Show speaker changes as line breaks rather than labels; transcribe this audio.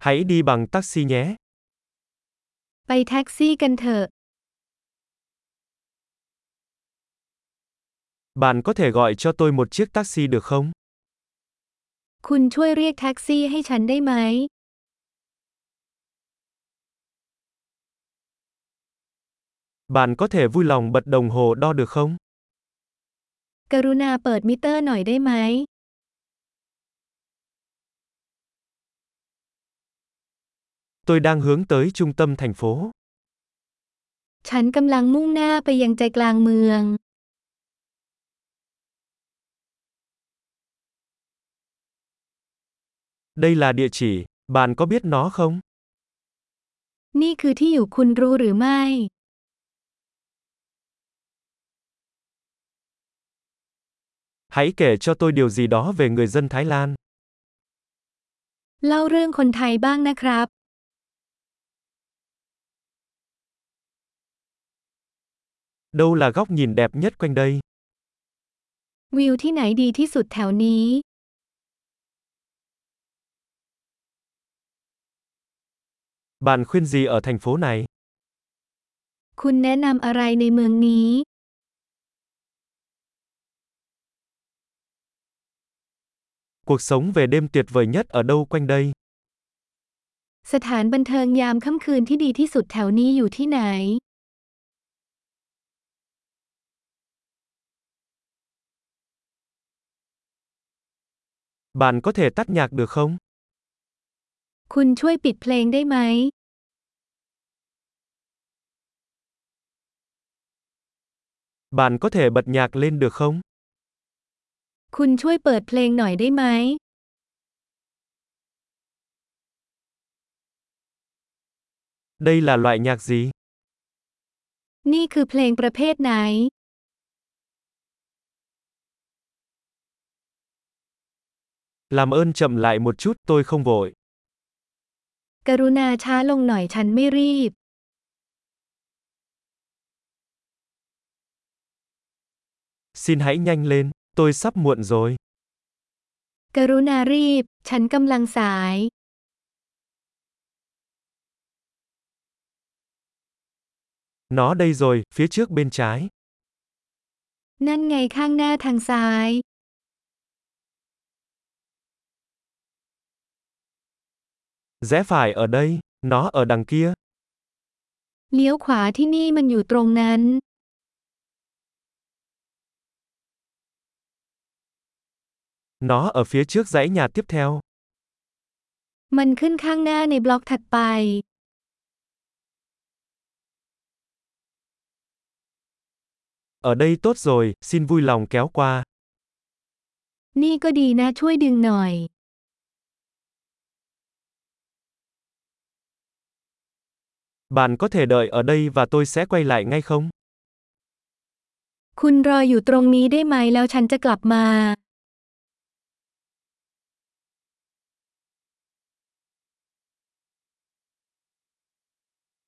Hãy đi bằng taxi nhé.
ไปแท็กซี่กันเถอะ
Bạn có thể gọi cho tôi một chiếc taxi được không?
คุณช่วยเรียกแท็กซี่ให้ฉันได้ไหม
Bạn có thể vui lòng bật đồng hồ đo được không?
กรุณาเปิดมิเตอร์หน่อยได้ไหม
Tôi đang hướng tới trung tâm thành phố.
ฉันกำลังมุ่งหน้าไปยังใจกลางเมือง
Đây là địa chỉ, bạn có biết nó không?
นี่คือที่อยู่คุณรู้หรือไม่
Hãy kể cho tôi điều gì đó về người dân Thái Lan.
เล่าเรื่องคนไทยบ้างนะครับ
Đâu là góc nhìn đẹp nhất quanh đây?
วิวที่ไหนดีที่สุดแถวนี้
Bạn khuyên gì ở thành phố này?
คุณแนะนำอะไรในเมืองนี้
Cuộc sống về đêm tuyệt vời nhất ở đâu quanh đây?
สถานบันเทิงยามค่ำคืนที่ดีที่สุดแถวนี้อยู่ที่ไหน
Bạn có thể tắt nhạc được không?
คุณช่วยปิดเพลงได้ไหม
Bạn có thể bật nhạc lên được không?
คุณช่วยเปิดเพลงหน่อยได้ไหม
Đây là loại nhạc gì?
นี่คือเพลงประเภทไหน
Làm ơn chậm lại một chút, tôi không vội.
กรุณาช้าลงหน่อยฉันไม่รีบ
Xin hãy nhanh lên, tôi sắp muộn rồi.
กรุณารีบ ฉันกำลังสาย
Nó đây rồi, phía trước bên trái.
นั่นไงข้างหน้าทางซ้าย
Rẽ phải ở đây, nó ở đằng kia.
เลี้ยวขวาที่นี่มันอยู่ตรงนั้น
Nó ở phía trước dãy nhà tiếp theo.
มันขึ้นข้างหน้าในบล็อกถัดไป
Ở đây tốt rồi, xin vui lòng kéo qua.
นี่ก็ดีนะช่วยดึงหน่อย
Bạn có thể đợi ở đây và tôi sẽ quay lại ngay không?
คุณรออยู่ตรงนี้ได้ไหมแล้วฉันจะกลับมา